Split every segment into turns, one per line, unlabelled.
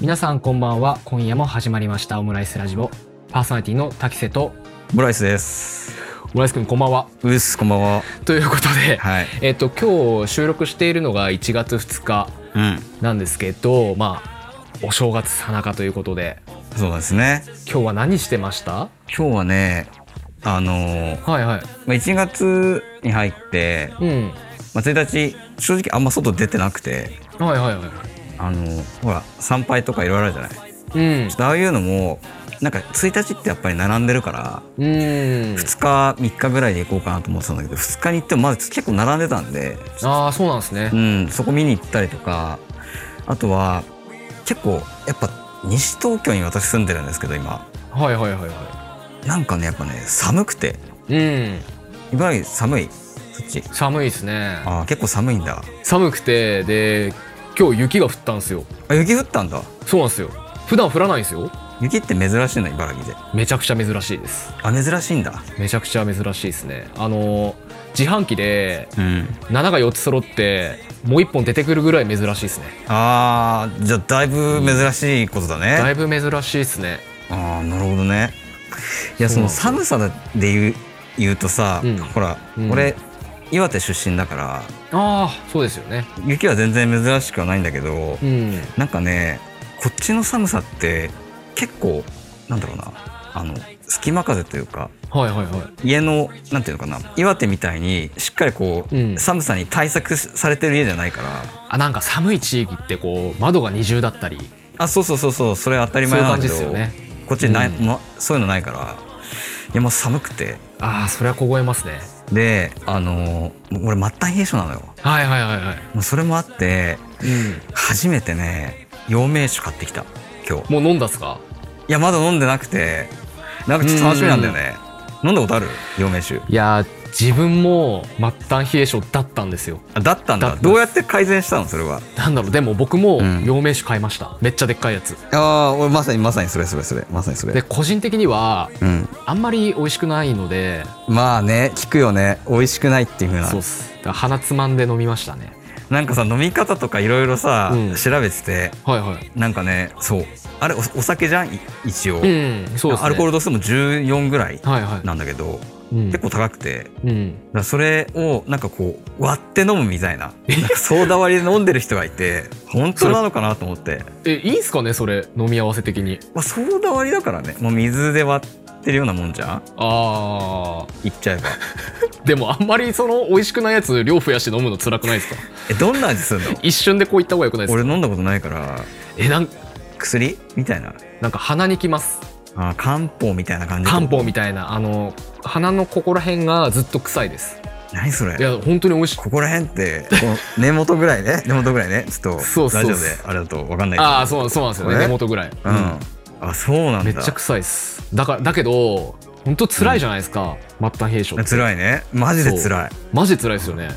皆さんこんばんは今夜も始まりましたオムライスラジオパーソナリティの滝瀬と
ブライスです。
オムライスくんこんばんは
うっす、こんばんは。
ということで、
はい。
えっと今日収録しているのが1月2日
うん。
なんですけどまあお正月さなかということで
そうですね。
今日は何してました
今日はね、あのー
はいはい
まあ、1月に入って、
うん
まあ、1日、正直あんま外出てなくて、
はいはいはい
あのーほら、参拝とかいろいろあるじゃない。ちょ
うん
っとああいうのも、なんか1日ってやっぱり並んでるから、
うん
2日、3日ぐらいで行こうかなと思ってたんだけど、2日に行ってもまず結構並んでたんで、
ああそうなんですね
うん、そこ見に行ったりとか、あとは、結構、やっぱ、西東京に私住んでるんですけど、今。
はいはいはいは
なんかねやっぱね寒くて
いうん
茨城寒いそっち
寒いですね
ああ結構寒いんだ
寒くてで今日雪が降ったんですよ
あ雪降ったんだ
そうなんですよ普段降らないんですよ
雪って珍しいの茨城で
めちゃくちゃ珍しいです
あ珍しいんだ
めちゃくちゃ珍しいですねあの自販機で
うん
7が4つ揃ってもう1本出てくるぐらい珍しいですね
ああじゃあだいぶ珍しいことだね、
だいぶ珍しいですね
ああなるほどねいやその
そう
寒さで言う言うとさ、
うん
ほら、
うん
俺岩手出身だから
ああそうですよね
雪は全然珍しくはないんだけど、
うん
なんかねこっちの寒さって結構なんだろうなあの隙間風というか
はいはいはい
家のなんていうのかな岩手みたいにしっかりこう、
うん
寒さに対策されてる家じゃないから
あなんか寒い地域ってこう窓が二重だったり
あそうそうそうそうそれ当たり
そうい
前
う
なん
感
だけ
じで
ど
すよね
こっちない、
うん
ま、そういうのないからいやもう寒くて
ああそれは凍えますね
であのーもう俺末端冷え性なのよ
はいはいはいはい
もうそれもあって
うん
初めてね陽明酒買ってきた今日
もう飲んだっすか
いやまだ飲んでなくてなんかちょっと楽しみなんだよね飲んだことある陽明酒
いやー自分も末端冷え性だったんですよ
あだったん
だ
だ
った
どうやって改善したのそれは
なんだろうでも僕も
うん
陽明酒買いました、めっちゃでっかいやつ
ああ俺まさにまさにそれそれそれまさにそ
で個人的には
うん
あんまり美味しくないので
まあね聞くよね美味しくないっていう風な
そうっすだから鼻つまんで飲みましたね
なんかさ飲み方とかいろいろさ、
うん
調べてて
はいはい
なんかねそうあれおお酒じゃんい一
うんそ
応、
うですね
アルコール度数も14ぐらい
はいはい
なんだけど、
うん
結構高くてだか
うん
らそれをなんかこう割って飲むみたいななんかソーダ割りで飲んでる人がいて本当なのかなと思って、
えいいんすかねそれ飲み合わせ的に
まあ、ソーダ割りだからねもう水で割ってるようなもんじゃん
あ
言っちゃえ ば
ーでもあんまりその美味しくないやつ量増やして飲むの辛くないですか
えどんな味するの
一瞬でこういった方がよくないですか
俺飲んだことないから
えなん
薬みたいな
なんか鼻にきます
あー漢方みたいな感じ
漢方みたいなあの鼻のここら辺がずっと臭いです
何それ
いや本当に美味しく
ここら辺ってこう根元ぐらいね 根元ぐらいねちょっと
そうそう
ラジオであれだと分かんないけど
ああそうそうなんですよね
これ
根元ぐらい、
うん、あそうなん
め
だ
っちゃ臭いですだからだけど本当辛いじゃないですか、末端閉所
辛いねマジで辛い
マジで辛いですよね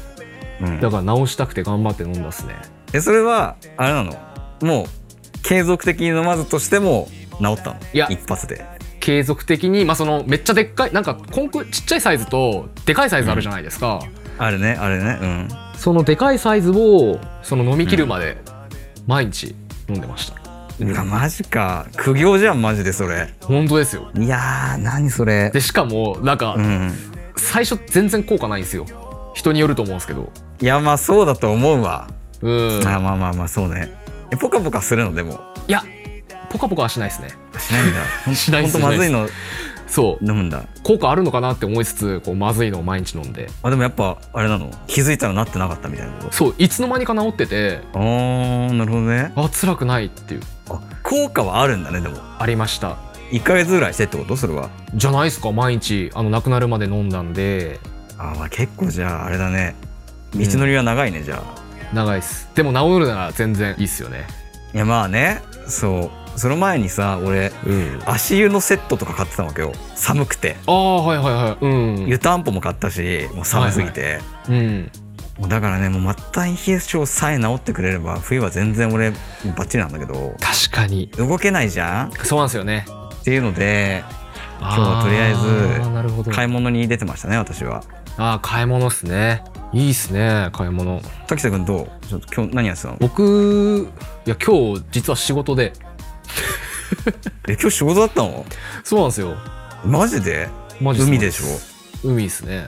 う、
だ
ん、
から直したくて頑張って飲んだっすね
えそれはあれなのもう継続的に飲まずとしても治ったの
いや
一発で
継続的に、まあ、そのめっちゃでっかいなんかコンクちっちゃいサイズとでかいサイズあるじゃないですか、
あれねあれねうん
そのでかいサイズをその飲み切るまで毎日飲んでました、
うわマジか苦行じゃんマジでそれ
本当ですよ
いやー何それ
でしかもなんか
うん
最初全然効果ないんですよ人によると思うんですけど
いやまあそうだと思うわ、
うん
あまあまあまあそうねえポカポカするのでも
いやポカポカはしないですね
しない んだほん
しない
ほ
で
ん
す
とまずいの
そう
飲むんだ
効果あるのかなって思いつつこうまずいのを毎日飲んで
あでもやっぱあれなの気づいたらなってなかったみたいなこと
そういつの間にか治ってて
あーなるほどね
あ辛くないっていう
あ効果はあるんだねでも
ありました
1ヶ月ぐらいしてってことそれは
じゃないですか毎日あの亡くなるまで飲んだんで
あーまあ結構じゃああれだね道のりは長いね、じゃあ
長いっすでも治るなら全然いいっすよね
いやまあねそうその前にさ俺
うんあ
足湯のセットとか買ってたわけよ寒くて
あーはいはいはいうん、
湯たんぽも買ったしもう寒すぎて、
うん、
もうだからねもう末端冷え性さえ治ってくれれば冬は全然俺バッチリなんだけど
確かに
動けないじゃん
そうなんですよね
っていうので今日はとりあえず
あーなるほど
買い物に出てましたね私は
あー買い物っすねいいっすね買い物
滝瀬君どうちょっと今日何やってたの
僕いや今日実は仕事で
え今日仕事だったの
そうなんですよ
マジで
マジ
海でしょ
ょ海ですね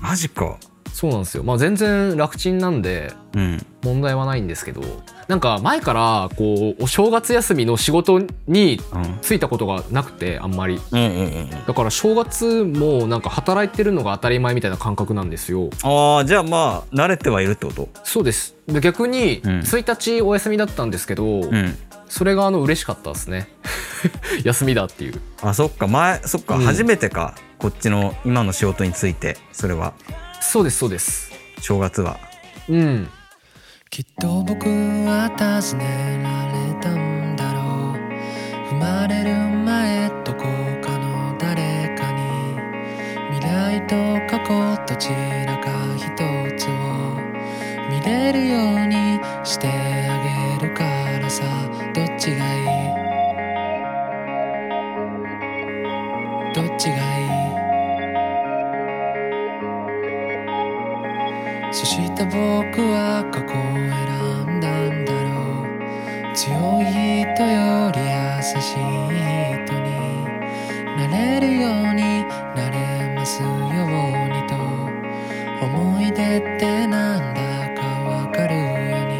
マジか
そうなんですよまあ全然楽ちんなんで
うん
問題はないんですけどなんか前からこうお正月休みの仕事に
うん
就いたことがなくてあんまり
うんうんうんうん
だから正月もなんか働いてるのが当たり前みたいな感覚なんですよ
ああじゃあまあ慣れてはいるってこと
そうですで逆に
うん
1日お休みだったんですけど、
うん
それがあの嬉しかったですね 休みだっていう
あそっか前そっか、
うん
初めてかこっちの今の仕事についてそれは
そうですそうです
正月は
うん
きっと僕は尋ねられたんだろう生まれる前どこかの誰かに未来と過去どちらか一つを見れるようにしてあげるからさどっちがいいどっちがいいそして僕は過去を選んだんだろう強い人より優しい人になれるようになれますようにと思い出ってなんだかわかるように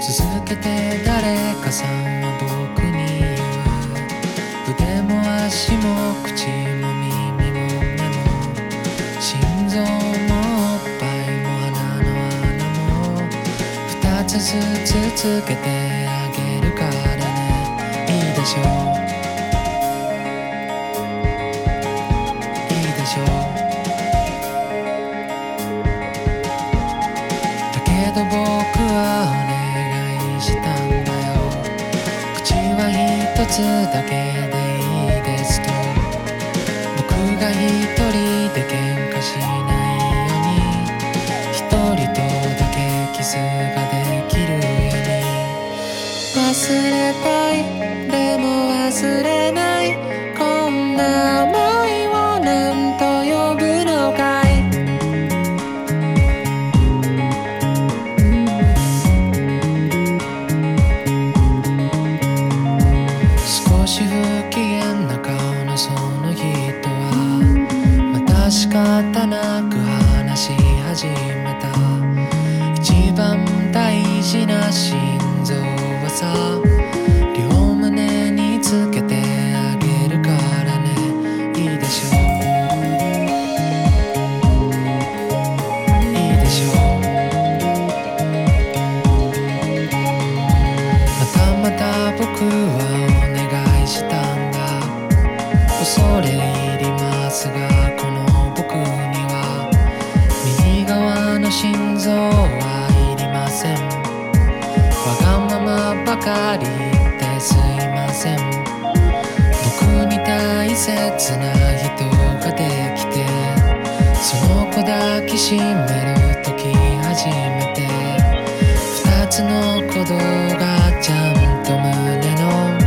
続けて誰かさんは僕に言う腕も足も口も耳も目も心臓もおっぱいも鼻の穴も二つずつ続けてあげるからねいいでしょういいでしょうだけど僕はお願いしたんだよ口は一つだけでいいですと僕が一人で喧嘩しないように一人とだけキスができるように忘れたいでも忘れないこんな想いをなんと呼ぶのかい少し不機嫌な顔のその人はまた仕方なく話し始めた一番大事な心臓はさ両胸につけてあげるからねいいでしょういいでしょうまたまた僕はお願いしたんだ恐れ入りますがこの僕には右側の心臓はいりませんわがままばかり言ってすいません僕に大切な人ができてその子抱きしめるとき初めて二つの鼓動がちゃんと胸の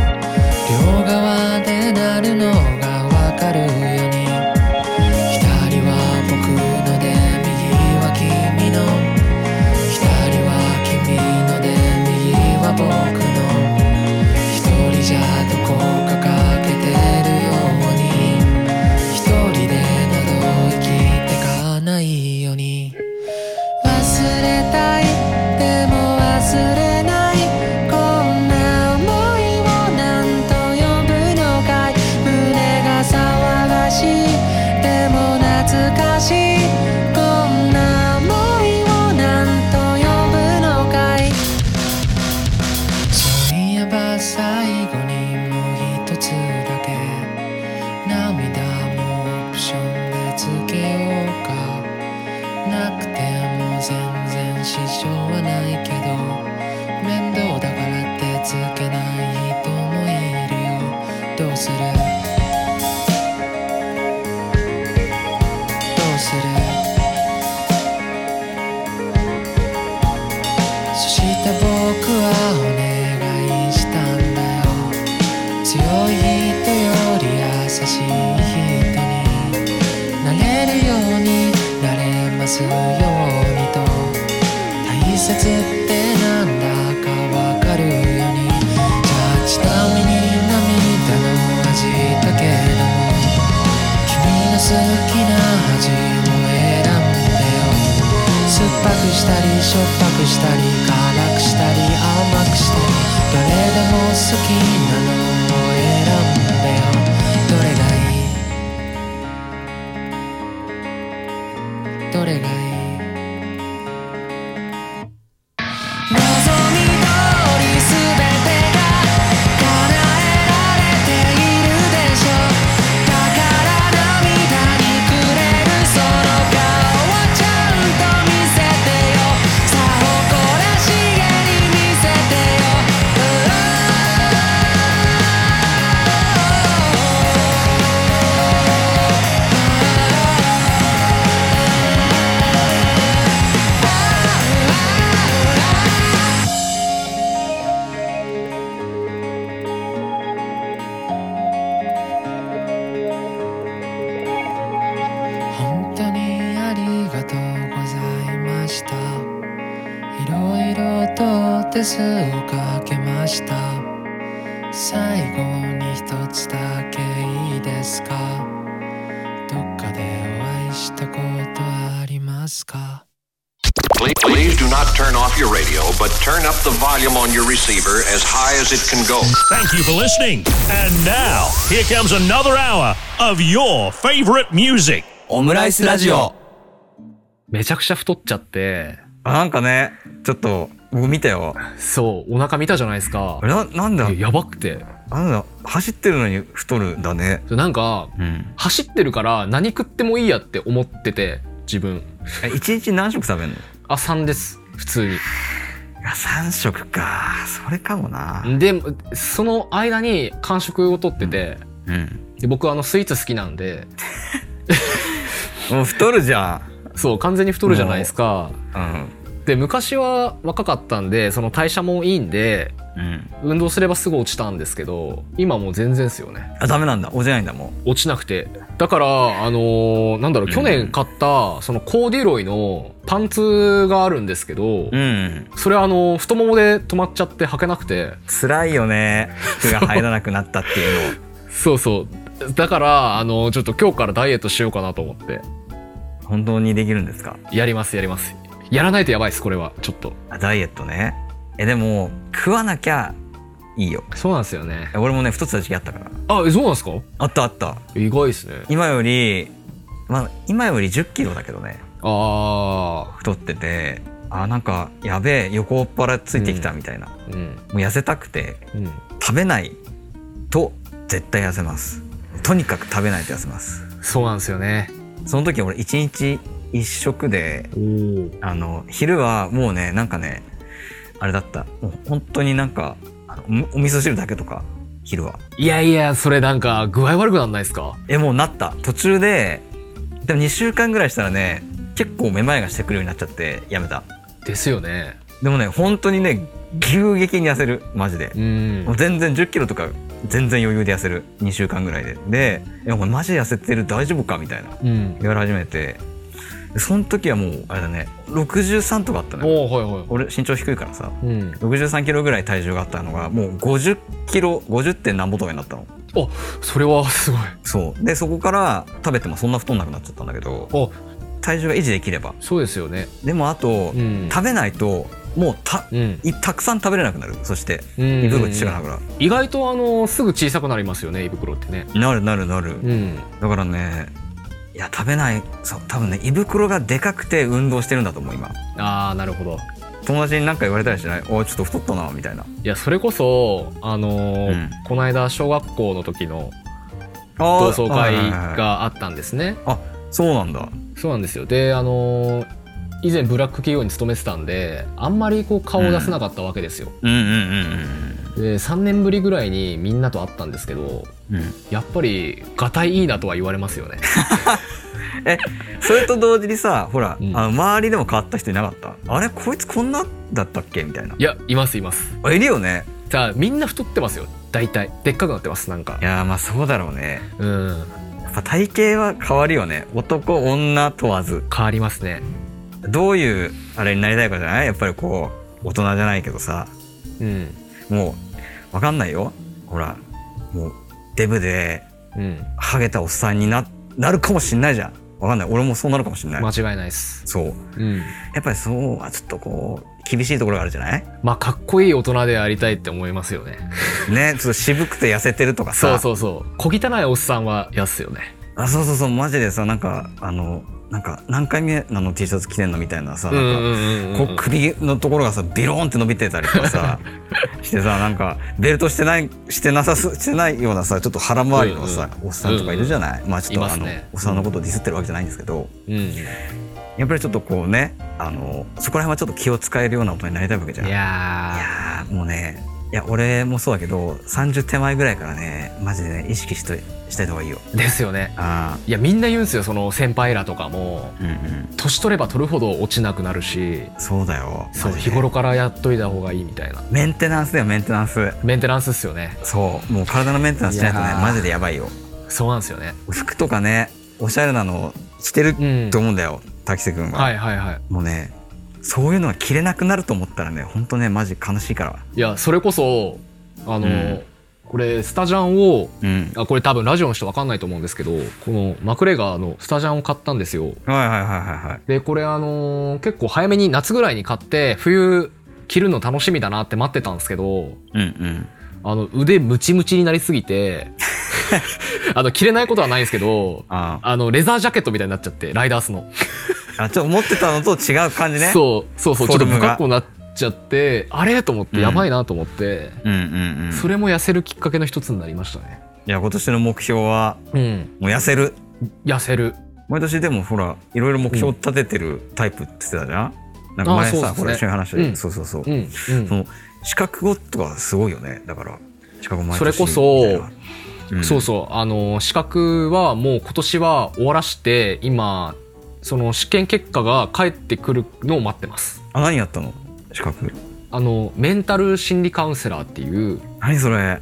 両側で鳴るのがわかるように左は僕ので右は君の左は君ので右は僕の一人じゃどこか欠けてるように一人でなど生きてかないように忘れたいでも忘れないこんな想いをなんと呼ぶのかい胸が騒がしいでも懐かしいこんな想いをなんと呼ぶのかいそういえば最後にもう一つだけ涙もオプションでつけようかなくても全然支障はないけど面倒だからってつけない人もいるよどうするどうするすようにと大切ってなんだかわかるようにじゃあちなみに涙の味だけども君の好きな味を選んでよ酸っぱくしたりしょっぱくしたり辛くしたり甘くしたりどれでも好きなのを選んでよどれがいいどれがいい望み通り全てが叶えられているでしょだから涙にくれるその顔をちゃんと見せてよさあ誇らしげに見せてよ本当にありがとうございましたいろいろと手数をかけました最後に一つだけいいですかどっかでお会いしたことありますか
Please, please do not turn off your radio, but turn up the volume on your receiver as high as it can go.
Thank you for listening. And now, here comes another hour of your favorite music.
オムライスラジオ
めちゃくちゃ太っちゃって、
あなんかねちょっと僕見たよ
そう、お腹見たじゃないですか。
ななんだ
いややばくて。
あんな走ってるのに太るんだね
そうなんか、
うん
走ってるから何食ってもいいやって思ってて、自分。
え一日何食食べんのい
あ、3です。普通に。
や3食かそれかもな
でその間に間食をとってて、
うん
で僕あのスイーツ好きなんで
もう太るじゃん
そう完全に太るじゃないですか
うん
で昔は若かったんでその代謝もいいんで
うん
運動すればすぐ落ちたんですけど今もう全然ですよね
あダメなんだおじゃないんだも
落ちなくてだからあのーなんだろう
うん
去年買ったそのコーデュロイのパンツがあるんですけど、
ううん
それあのー太ももで止まっちゃって履けなくて
辛いよね服が入らなくなったっていう
そうそうだからあのーちょっと今日からダイエットしようかなと思って
の本当にできるんですか
やりますやりますやらないとやばいですこれはちょっと
あダイエットねえでも食わなきゃいいよ
そうなんですよね
え俺もね太ってた時期あったから
あえそうなんですか
あったあった
意外ですね
今よりまあ今より1 0キロだけどね
あ
太っててあなんかやべえ横っ腹ついてきたみたいな、
あうん
もう痩せたくて
うん
食べないと絶対痩せますとにかく食べないと痩せます
そうなんですよね
その時俺1日1食で
おお
あの昼はもうねなんかねあれだったもう本当になんかあのおお味噌汁だけとか昼はい
やいやそれなんか具合悪くなんないですか
えもうなった途中ででも2週間ぐらいしたらね結構めまいがしてくるようになっちゃってやめた
ですよね
でもね本当にね急激に痩せるマジで
う、ん
もう全然1 0キロとか全然余裕で痩せる2週間ぐらいでで「いやお前マジで痩せてる大丈夫か?」みたいな
うん
言われ始めてでその時はもうあれだね63とかあったのよ
おおはいは
俺身長低いからさ
いうん
63キロぐらい体重があったのがもう50キロ50点何ぼとかになったの
あそれはすごい
そうでそこから食べてもそんな太んなくなっちゃったんだけど
あ
体重が維持できれば
そうですよね
でもあと、
うん
食べないともうた
うん
いたくさん食べれなくなるそして
うん
胃
うん
袋
うん
が小さくなるから、
意外とあのすぐ小さくなりますよね胃袋ってね
なるなるな
う
る、
ん
だからねいや食べないそう多分ね胃袋がでかくて運動してるんだと思う今
ああなるほど
友達に何か言われたりしないおいちょっと太ったなみたいない
やそれこそあのー
うん
この間小学校の時の
あー
同窓会
はいはいはいはい
があったんですね
そうなんだ
そうなんですよであのー以前ブラック企業に勤めてたんであんまりこう顔を出せなかったわけですよ、
うんうん
で3年ぶりぐらいにみんなと会ったんですけど
うんうんうん
やっぱりがたいいいなとは言われますよね
それと同時にさほら、
うん
あの周りでも変わった人いなかったあれこいつこんなだったっけみたいない
やいますいます
あいるよね
さあみんな太ってますよ大体でっかくなってますなんか
いやーまあそうだろうね
うん
やっぱ体型は変わるよね男女問わず
変わりますね
どういうあれになりたいかじゃないやっぱりこう大人じゃないけどさ
うん。
もうわかんないよほらもうデブで
うん。
ハゲたおっさんにななるかもしんないじゃんわかんない俺もそうなるかもしんない、
間違いないです。
そう
うん。
やっぱりそうはちょっとこう厳しいところがあるじゃない
まあ、かっこいい大人でありたいって思いますよね。
ねちょっと渋くて痩せてるとか
そ
さ
うそうそう。小汚いおっさんは嫌っすよね。
あそうそうそうマジでさなんかあのなんか何回目なの T シャツ着てんのみたいなさ
う
なんんか、
うんうんうん
こう首のところがさビローンって伸びてたりと かさしてさなんかベルトしてないしてなさすしてないようなさちょっと腹回りのさ、
うんうん
おっさんとかいるじゃない、まあちょっ
いま
とあ
す
の、
ね
おっさんのことをディスってるわけじゃないんですけど
うん。い
やっぱりちょっとこうねあのそこら辺はちょっと気を使えるような大人になりたいわけじゃん。い
や
やーもうねいや俺もそうだけど30手前ぐらいからねマジでね意識しといしたい方がいいよ。
ー、ですよね。
あ
いや、みんな言うんですよ。その先輩らとかも。
ーうんうん
年取れば取るほど落ちなくなるし、
そうだよ。
そう、
マジ
日
で
頃からやっといた方がいいみたいな。
メンテナンスだよメンテナンス。
メンテナンスっすよね。
そうもう体のメンテナンスしないとね
いやー
マジでやばいよ。
そうなんですよね。
服とかねおしゃれなのしてる
うん
と思うんだよ、滝瀬君は、
はいはいはい。
もうねそういうのは着れなくなると思ったらねほんとねマジ悲しいから
いや、それこそ、あの、
うん
これ、スタジャンを、
うん
あこれ多分ラジオの人分かんないと思うんですけどこのマクレガーのスタジャンを買ったんですよ
はいはいはいはいはい
でこれあのー結構早めに夏ぐらいに買って冬着るの楽しみだなって待ってたんですけど
うんうん
あの腕ムチムチになりすぎ てあの着れないことはないんですけど
あ
あのレザージャケットみたいになっちゃってライダースの、
あちょっと思ってたのと違う感じねう
そうそうそうちょ
フォ
っと
ルム
不
が
格好になっちゃってあれと思って
うん
やばいなと思って、
うんうんうん
それも痩せるきっかけの一つになりましたね
いや今年の目標は
うん
もう痩せる
痩せる
毎年でもほらいろいろ目標立ててるタイプって言ってたじゃん、なんか
あ
前
そうで
さ、
すね
ほら一緒に話した、
うん
そうそうそう、
うんうん
その資格語とかすごいよねだから資格毎年
それこそ
みたいなうん
そうそうあの資格はもう今年は終わらして今その試験結果が返ってくるのを待ってます
あ何やったの資格
あのメンタル心理カウンセラーっていう、
何それ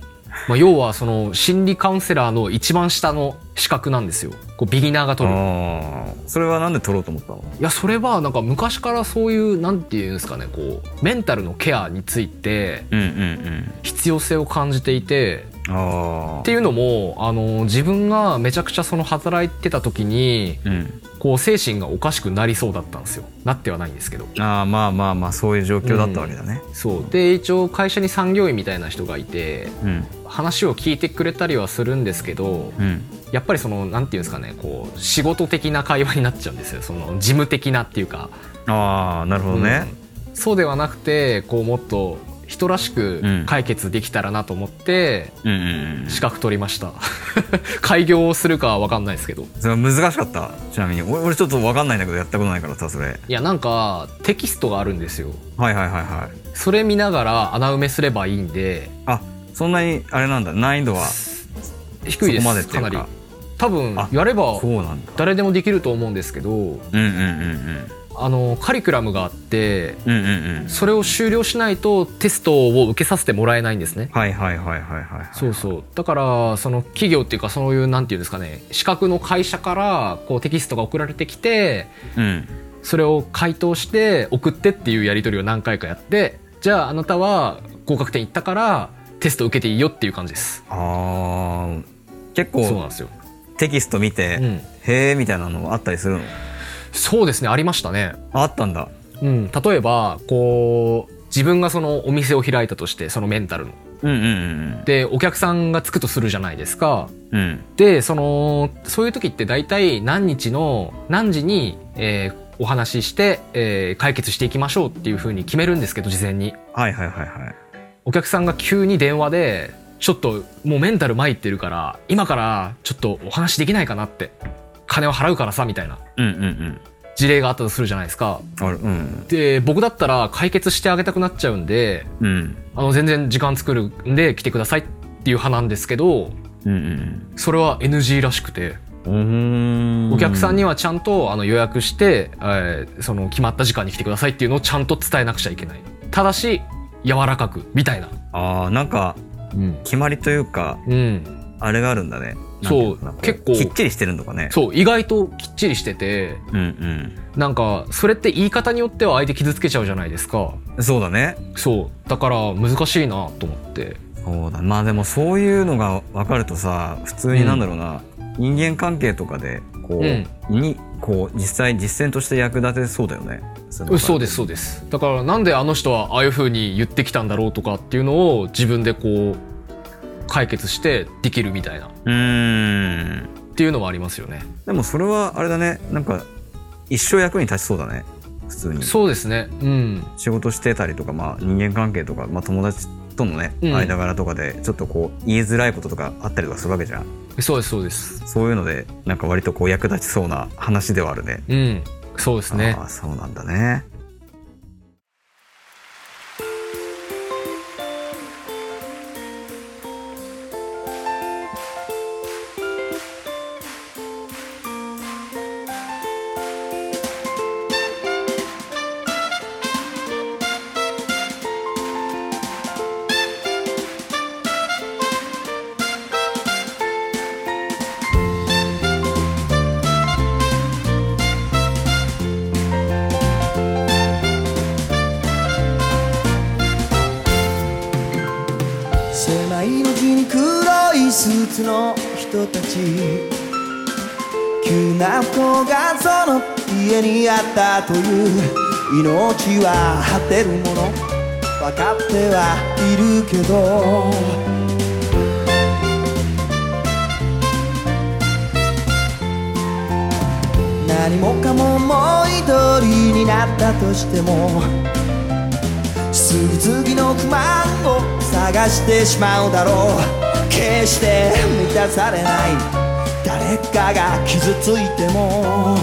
まあ、要はその心理カウンセラーの一番下の資格なんですよこうビギナーが取る
ああそれはなんで取ろうと思ったの
いやそれはなんか昔からそういうなんていうんですかねこうメンタルのケアについて
うんうん
必要性を感じていて
うんああ
っていうのもあの自分がめちゃくちゃその働いてた時に
うん
こう精神がおかしくなりそうだったんですよなってはないんですけど
ああまあまあまあそういう状況だったわけだね
そうで一応会社に産業医みたいな人がいて
うん
話を聞いてくれたりはするんですけど
うん
やっぱりそのなんていうんですかねこう仕事的な会話になっちゃうんですよその事務的なっていうか、
ああなるほどね
うんそうではなくてこうもっと人らし
う
く
ん
解決できたらなと思って
うんうんうん
資
そ
格取りました 開業するかは分かんないですけど
れは難しかったちなみに俺俺ちょっと分かんないんだけどやったことないからさそれ
いやなんかテキストがあるんですよ
はいはいはいはい
それ見ながら穴埋めすればいいんで
あそんなにあれなんだ難易度は
低いです
そこまでってい
か
う
な
か
り多分
あ
やれば
そうなんだ
誰でもできると思うんですけど
うんうんうん
あのカリキュラムがあって
うんうんうんうん
それを終了しないとテストを受けさせてもらえないんですね
はいはいはいはいはい
そうそうだからその企業っていうかそういうなんていうんですかね資格の会社からこうテキストが送られてきて
うん
それを回答して送ってっていうやり取りを何回かやってじゃああなたは合格点いったからテスト受けていいよっていう感じです
ああ結
そうなん
構
ですよ
テキスト見て、
うん
へえみたいなのあったりするの
そうですねありましたね
ああったんだ
うん、例えばこう自分がそのお店を開いたとしてそのメンタルの
うんうんうん
でお客さんがつくとするじゃないですか
うん
でそのそういう時って大体何日の何時に、えーお話しして、えー解決していきましょうっていうふうに決めるんですけど事前に
はいはいはいはい
お客さんが急に電話でちょっともうメンタル参ってるから今からちょっとお話できないかなって金を払うからさみたいな
うんうんうん
事例があったとするじゃないですか
あるうん
で僕だったら解決してあげたくなっちゃうんで
うん
あの全然時間作るんで来てくださいっていう派なんですけど
うん
それは NG らしくて
うん
お客さん
に
にはちゃんとあの予約して、えーその決まった時間に来てくださいっていうのをちゃんと伝えなくちゃいけないただし柔らかくみたいな
ああなんか
うん、
決まりというか
うん、
あれがあるんだねなんていのかな
そう
こう
結構
きっちりしてるのかね。
そう意外ときっちりしてて
うん
なんかそれって言い方によっては相手傷つけちゃうじゃないですか
うん。そうだね。
そうだから難しいなと思って
そうだ。まあでもそういうのが分かるとさ、普通になんだろうな、人間関係とかで、こ
う
う、
ん
に、こう、実際実践として役立てそうだよね。
うんそうですそううですだからなんであの人はああいう風に言ってきたんだろうとかっていうのを自分でこう解決してできるみたいなっ
うーん。
ていうのはありますよね
でもそれはあれだね、なんか、一生役に立ちそうだね。普通に。
そうですねうん
仕事してたりとか、まあ、人間関係とか、まあ、友達とのね、
うん
間柄とかでちょっとこう言いづらいこととかあったりとかするわけじゃん
そうですそうです
そういうのでなんか割とこう役立ちそうな話ではあるね
うんそうですね
ああそうなんだね
狭い路地に黒いスーツの人たち急な不幸がその家にあったという命は果てるもの分かってはいるけど何もかももう一人になったとしても次々の不満を探してしまうだろう決して満たされない誰かが傷ついても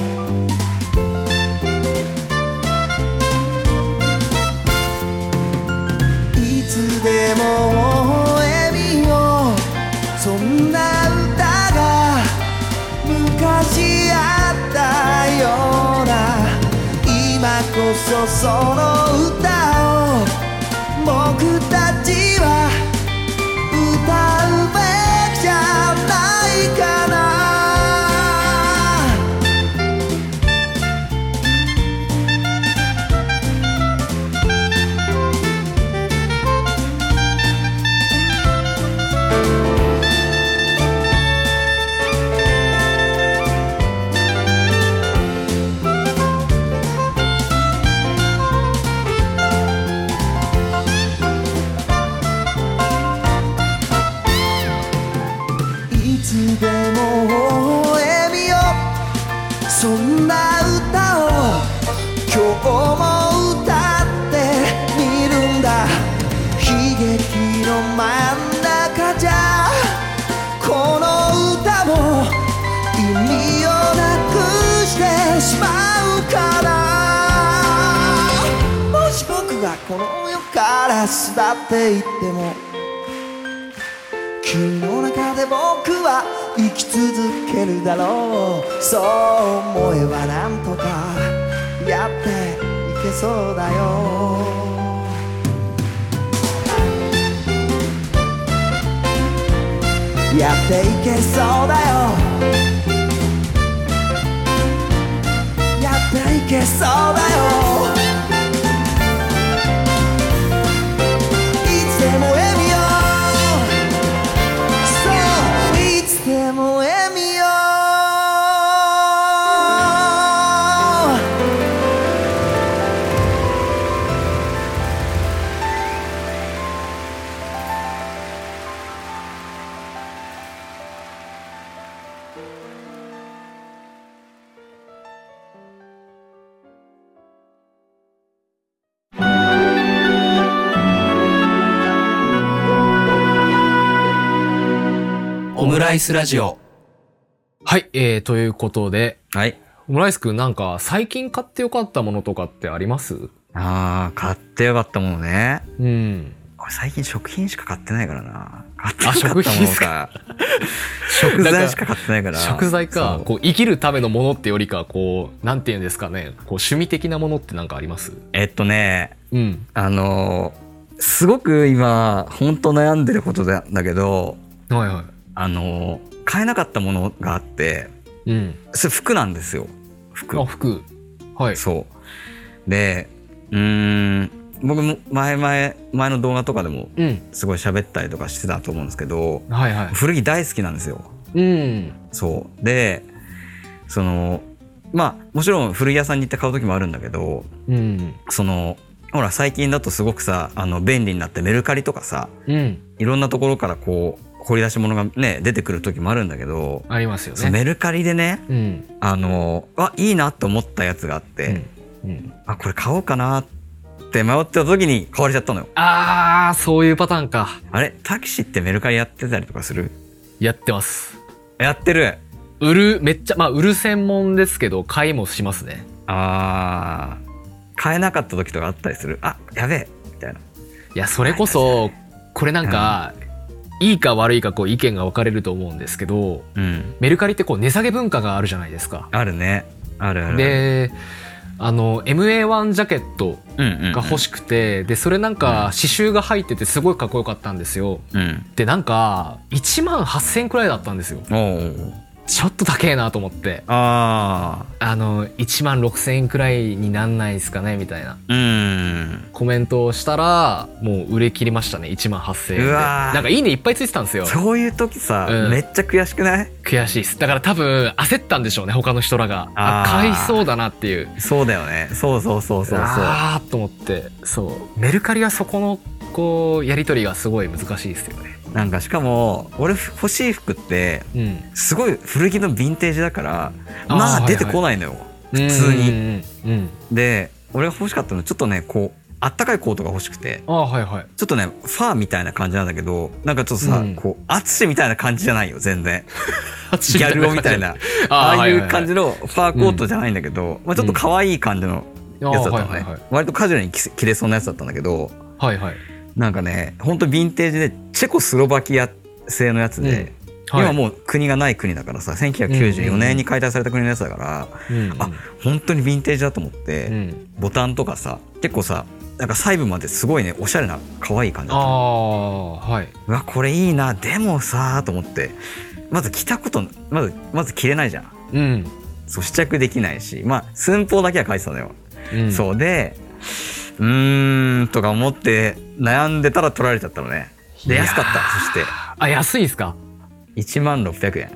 いつでも微笑みよそんな歌が昔あったような今こそその歌を僕たちは歌うべきじゃないかないつでも微笑みよそんな歌を今日も歌ってみるんだ悲劇の真ん中じゃこの歌も意味をなくしてしまうからもし僕がこの世から巣立っていっても君の中で僕は生き続けるだろうそう思えばなんとかやっていけそうだよやっていけそうだよやっていけそうだよいつでも笑みよそういつでも笑みよ
オムライスラジオ
はいえー、ということで
はい
オムライスくんなんか最近買ってよかったものとかってあります
ああ買ってよかったものね
うん
俺最近食品しか買ってないからな買って
あ
よかったもの か食
なん
材
か
しか買ってないから
食材か
そう
こう生きるためのものってよりかこうなんて言うんですかねこう趣味的なものってなんかあります
えっとね
うん
あのーすごく今本当悩んでることなんだけど
はいはい
あのー買えなかったものがあって、
うん。
それ服なんですよ。服
あ、。服。はい。
そう。で、うーん、僕も前々、前の動画とかでも
うん。
すごい喋ったりとかしてたと思うんですけど、
はいは
古着大好きなんですよ。
い。うん。
そう。で、その、まあ、もちろん古着屋さんに行って買う時もあるんだけど、
うん。
その、ほら、最近だとすごくさ、あの、便利になってメルカリとかさ、
うん。
いろんなところからこう、掘り出し物がね、出てくる時もあるんだけど、
ありますよ
その
ね。
メルカリでね、
うん。
あの、あ、いいなと思ったやつがあって、
うん。うん。
あ、これ買おうかなって迷ってた時に買われちゃったのよ。
ああ、そういうパターンか。
あれタキシってメルカリやってたりとかする
やってます。
やってる
売る、めっちゃ、まあ、売る専門ですけど、買いもしますね。
あー、買えなかった時とかあったりするあ、やべえみたいな。
いや、それこそ、これなんか、いいか悪いかこう意見が分かれると思うんですけど、
うん。
メルカリってこう値下げ文化があるじゃないですか。
あるね。あるある。、
で、あの、MA1 ジャケット
うんうん、うん。
が欲しくて、で、それなんか刺繍が入っててすごいかっこよかったんですよ。
うん。
で、なんか、1万8000円くらいだったんですよ。
おー
ちょっと高えなと思って。
あ
あの、1万6000円くらいになんないですかねみたいな。
ー。うーん。
コメントをしたら、もう売れ切りましたね。1万8000円で。
うわ
な
ー
んかいいねいっぱいついてたんですよ。
そういう時さ、
うん
めっちゃ悔しくない
悔しいです。だから多分焦ったんでしょうね。他の人らが。あ
あー
買いそうだなっていう。
そうだよね。そうそうそうそうそう。
あーっと思って。そう。メルカリはそこの、こう、やりとりがすごい難しいですよね。
なんかしかも、俺欲しい服って、
うん。
すごい古着のヴィンテージだから、
あー
ま
はいは
あ
い
出てこないのよ。普通
う
に。
んうんうん。うん。
で、俺が欲しかったのはちょっとね、こう、あったかいコートが欲しくて、
ああ、はいはい。
ちょっとね、ファーみたいな感じなんだけど、なんかちょっとさ、
うん
こう、アツシみたいな感じじゃないよ、全然。ギャル男みたいな。
あー
ああ
はいいは
う
い
感じのファーコートじゃないんだけど、まあちょっと可愛い感じの
あー
やつだったのね。
はいはいはい。
割とカジュアルに着せ着れそうなやつだったんだけど、
はいはい。
なんかね、ほんとヴィンテージで、チェコスロバキア製のやつで、
はい
今もう国がない国だからさ、1994年に解体された国のやつだから、
うんうん
あ、本当にヴィンテージだと思っ
う
て、
ん。
ボタンとかさ、結構さ、なんか細部まですごいね、おしゃれな、可愛い感じ
あ
だったの
あ、はい。
うわこれいいなでもさーと思ってまず着たことまずまず着れないじゃん
うん。
そう試着できないしまあ寸法だけは書いてたのよ、
うん、
そうでうーんとか思って悩んでたら取られちゃったのねで
いやー
安かったそして
あ、安いですか
1万600円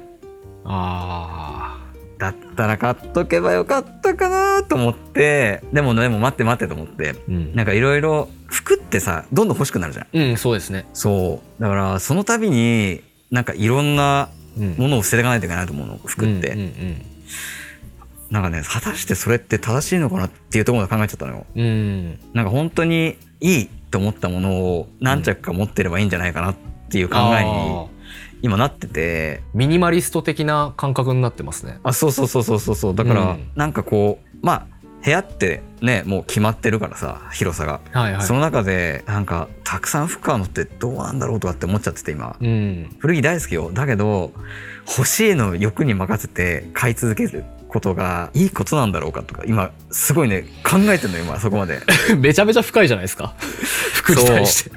あ
だったら買っとけばよかったかなと思ってでもでも待って待ってと思って
あ。うん。
なんかいろいろ服ってさどんどん欲しくなるじゃん
うん、そうですね。
そうだからその度になんかいろんな
うん。
ものを捨てていかないといけないと思うの服って、
うんうん
なんかね果たしてそれって正しいのかなっていうところまで考えちゃったのよ
うん。うん。
なんか本当にいいと思ったものを何着か持ってればいいんじゃないかなっていう考え
あ
に
ー
今なってて
ミニマリスト的な感覚になってますね。
あそうそうそうそうそうそうだから
うん
なんかこうまあ部屋ってねもう決まってるからさ広さが、
はいはい。
その中でなんかたくさん服買うのってどうなんだろうとかって思っちゃってて今、
うん。
古着大好きよだけど欲しいのを欲に任せて買い続けることがいいことなんだろうかとか今すごいね考えてるのよ今そこまで
めちゃめちゃ深いじゃないです か。服に対して。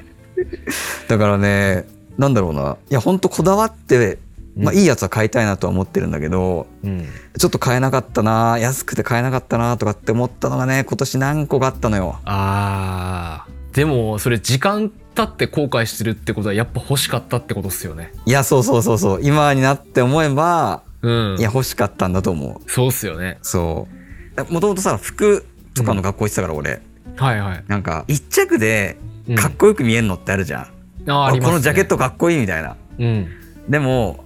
だからねなんだろうないやほんとこだわって、まあ、
うん
いいやつは買いたいなとは思ってるんだけど、
うん。
ちょっと買えなかったな安くて買えなかったなとかって思ったのがね今年何個かあったのよ
ああ。でも、それ時間経って後悔してるってことはやっぱ欲しかったってことっすよね。
いやそうそうそうそう今になって思えば、
うん。
いや欲しかったんだと思う
そうっすよね。
そうもともとさ服とかの学校行ってたから俺、
はいはい。
なんか一着で
うん
かっこよく見えるのってあるじゃん、
ああ、
あ
あります、ね。
このジャケッ。トかっこいいみたいな
うん。
でも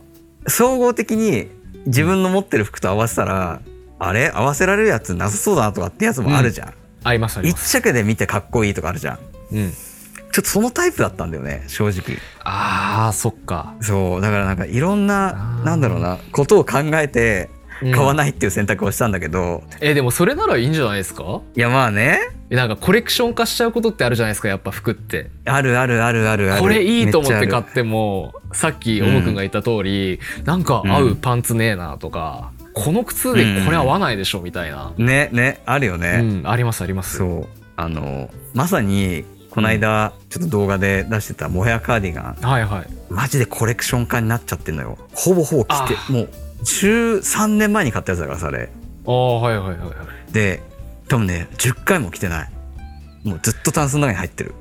総合的に自分の持ってる服と合わせたら、あれ合わせられるやつなさそうだなとかってやつもあるじゃん、
ありますあり
一
ます。
着で見てかっこいいとかあるじゃんちょ
うん。
っとそのタイプだったんだよね正直
ああ、そっか。
そうだからなんかいろん
あ
な
ー
なんだろうなことを考えて
うん
買わないっていう選択をしたんだけど、
え、でもそれならいいんじゃないですか
いやまあね
えなんかコレクション化しちゃうことってあるじゃないですか、やっぱ服って。
あるあるあるあるある
これいいと思っ
め
て
ちゃ
買
あ
っ
る
てもさっきオム君が言った通り、なんか合うパンツねえなとか、この靴でこれ合わないでしょみたいな、
ねねあるよね、
うんありますあります
そうあのまさにここの間ちょっと動画で出してたモヘアカーディガン
はいはい
マジでコレクション化になっちゃってんのよほぼほぼ着
あ
てもう13年前に買ったやつだからそれ
ああはいはいはいはい
で多分ね10回も着てないもうずっとタンスの中に入 ってる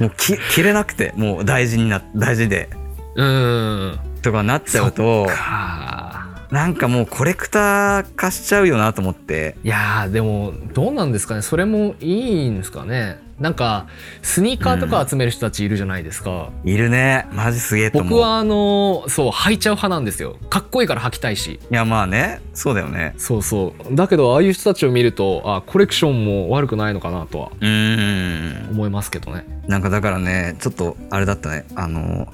もうき着れなくてもう大事にな大事で
うーん
とかなっちゃうと
か
なんかもうコレクター化しちゃうよなと思って
いやーでもどうなんですかねそれもいいんですかねなんかスニーカーとか集める人たちいるじゃないですか、
いるねマジすげえと思う
僕はあのーそう履いちゃう派なんですよかっこいいから履きたいし
いやまあねそうだよね
そうそうだけどああいう人たちを見るとあコレクションも悪くないのかなとは
うーん
思いますけどね
なんかだからねちょっとあれだったねあの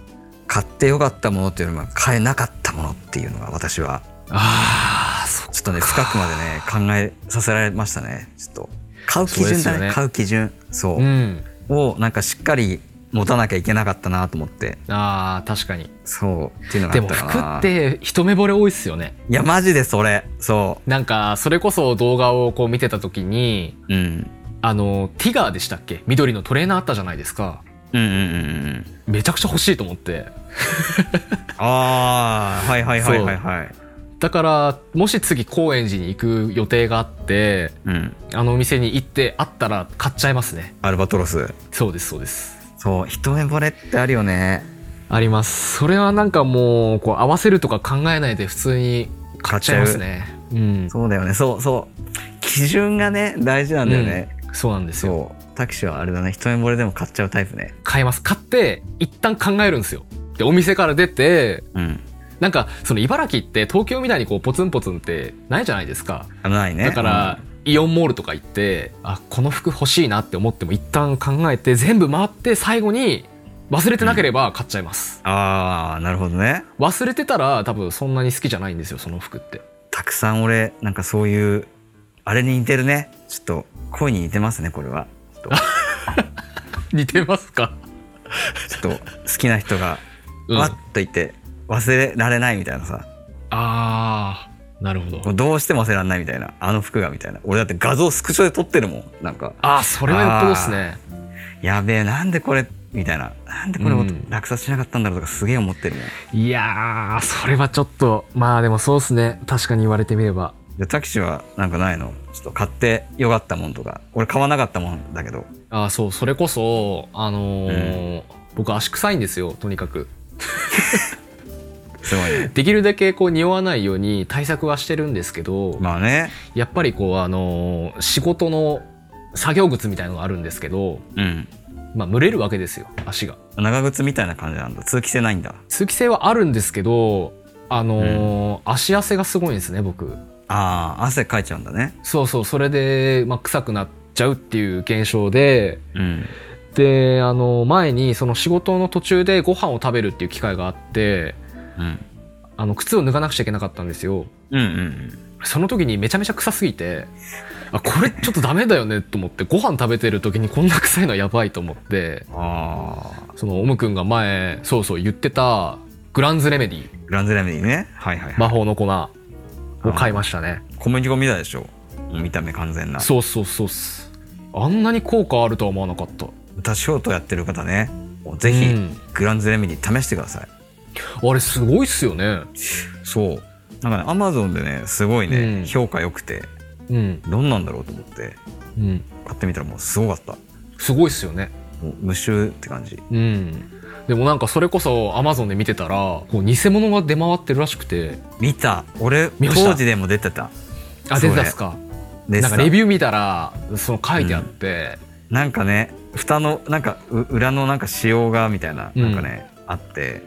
買ってよかったものっていうよりも買えなかったものっていうのが私は
ああそう
ちょっとね深くまでね考えさせられましたねちょっと買う
そ
基準
うで
だ
す
ね
よね
買う基準そううんをなんかしっかり持たなきゃいけなかったなと思って
あー確かに
そうっていうのが
で
あっ
も
たかな
服って一目惚れ多いっすよね
いやマジでそれそ
なんかそれこそ動画をこう見てた時に
う、うん、
あのティガーでしたっけ緑のトレーナーあったじゃないですか
うんうんうんうん
めちゃくちゃ欲しいと思って
ああはいはいはいはいはい
だからもし次高円寺に行く予定があって
うん
あのお店に行ってあったら買っちゃいますね
アルバトロス
そうですそうです
そう一目惚れってあるよね
ありますそれはなんかもうこう合わせるとか考えないで普通に買っちゃいますねうん
そうだよねそうそう基準がね大事なんだよね、
うんそうなんですよ
そうタクシーはあれだね一目惚れでも買っちゃうタイプね
買います買って一旦考えるんですよでお店から出て
うん
なんかその茨城って東京みたいにこうポツンポツンってないじゃないですか
あないね
だから、イオンモールとか行ってあこの服欲しいなって思っても一旦考えて全部回って最後に忘れてなければ買っちゃいます、
うんああなるほどね
忘れてたら多分そんなに好きじゃないんですよその服って
たくさん俺なんかそういうあれに似てるねちょっと恋に似てますねこれはちょっと
似てますか
ち ょっと好きな人が
うん
わっと言って忘れられないみたいなさ
あーなるほど
もうどうしても忘れられないみたいなあの服がみたいな俺だって画像スクショで撮ってるもんなんか
あーそれはよっぽどですね
やべえなんでこれみたいななんでこれを
うん
落札しなかったんだろうとかすげえ思ってるね、
いやーそれはちょっとまあでもそうですね確かに言われてみれば
でタクシーはなんかないのちょっと買ってよかったもんとか俺買わなかったもんだけど
あーそうそれこそあのー僕足臭いんですよとにかく
すごい ね
できるだけこう匂わないように対策はしてるんですけど、
まあね
やっぱりこうあのー仕事の作業靴みたいのがあるんですけど
うん
まあ蒸れるわけですよ足が
長靴みたいな感じなんだ通気性ないんだ
通気性はあるんですけどあのー足汗がすごいんですね僕
ああ汗かいちゃうんだね
そうそうそれで、まあ、臭くなっちゃうっていう現象で
うん
であの前にその仕事の途中でご飯を食べるっていう機会があって
うん
あの靴を脱がなくちゃいけなかったんですよ
うんうん
その時にめちゃめちゃ臭すぎてあこれちょっとダメだよねと思ってご飯食べてる時にこんな臭いのやばいと思って
ああ
そのオムくんが前そうそう言ってたグランズレメディ
グランズレメディねはいはい、はい
魔法の粉を買いましたね
小麦粉みたいでしょもう見た目完全な
そうそうそうっすあんなに効果あるとは思わなかった
歌ショートやってる方ねもうぜひ
うん
グランズレメディ試してください、
あれすごいっすよね
そうなんかねアマゾンでねすごいね、
うん
評価良くて
うん
どんなんだろうと思って
うん
買ってみたらもうすごかった
すごいっすよね
もう無臭って感じ
うんでもなんかそれこそアマゾンで見てたらこう偽物が出回ってるらしくて
見た俺
見ました
当時でも出てた
あ出
それ
てたっすか
で
なん
さ
かレビュー見たらその書いてあって、
なんかね蓋のなんかう裏のなんか仕様がみたいな、
うん
なんかねあって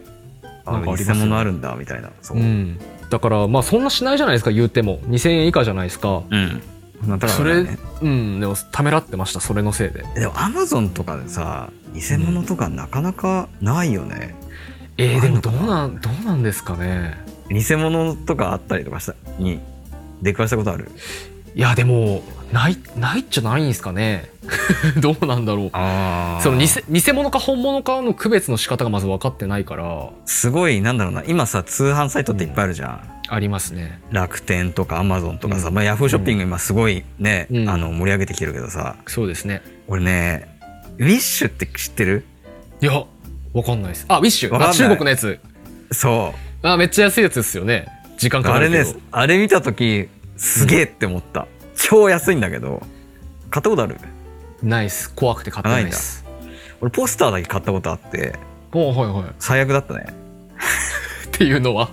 あ
なんかあります
偽
よね
物あるんだみたいなそう
う、んだからまあそんなしないじゃないですか言うても2000円以下じゃないですか
うんまあだか
そ
ら
れ
ね
うんでもためらってましたそれのせいで
でもアマゾンとかでさ偽物とかなかなかないよね、
えー、
あ
で
る
も
のか
どうなんどうなんですかね
偽物とかあったりとかしたに出くわしたことある
いやでもないないっちゃないんですかね どうなんだろう
あ
その偽偽物か本物かの区別の仕方がまず分かってないから
すごいなんだろうな今さ通販サイトっていっぱいあるじゃん、
ありますね
楽天とかアマゾンとかさ、
うん
まあ、ヤフーショッピング今すごいね、
うん
あの盛り上げてきてるけどさ
そうですね
俺ねウィッシュって知ってる
いや、わかんないです。あ、ウィッシュ。
わかん
あ
ない
中国のやつ。
そ
あ、めっちゃ安いやつですよね。時間
う。
か
あ
か
れ
るけど。
ね、あれ見たとき、すげえって思った。超安いんだけど、買ったことある
ないっす。怖くて買ってないです。
俺ポスターだけ買ったことあって、
おうはいはい。っ
最悪だったね。
ていうのは。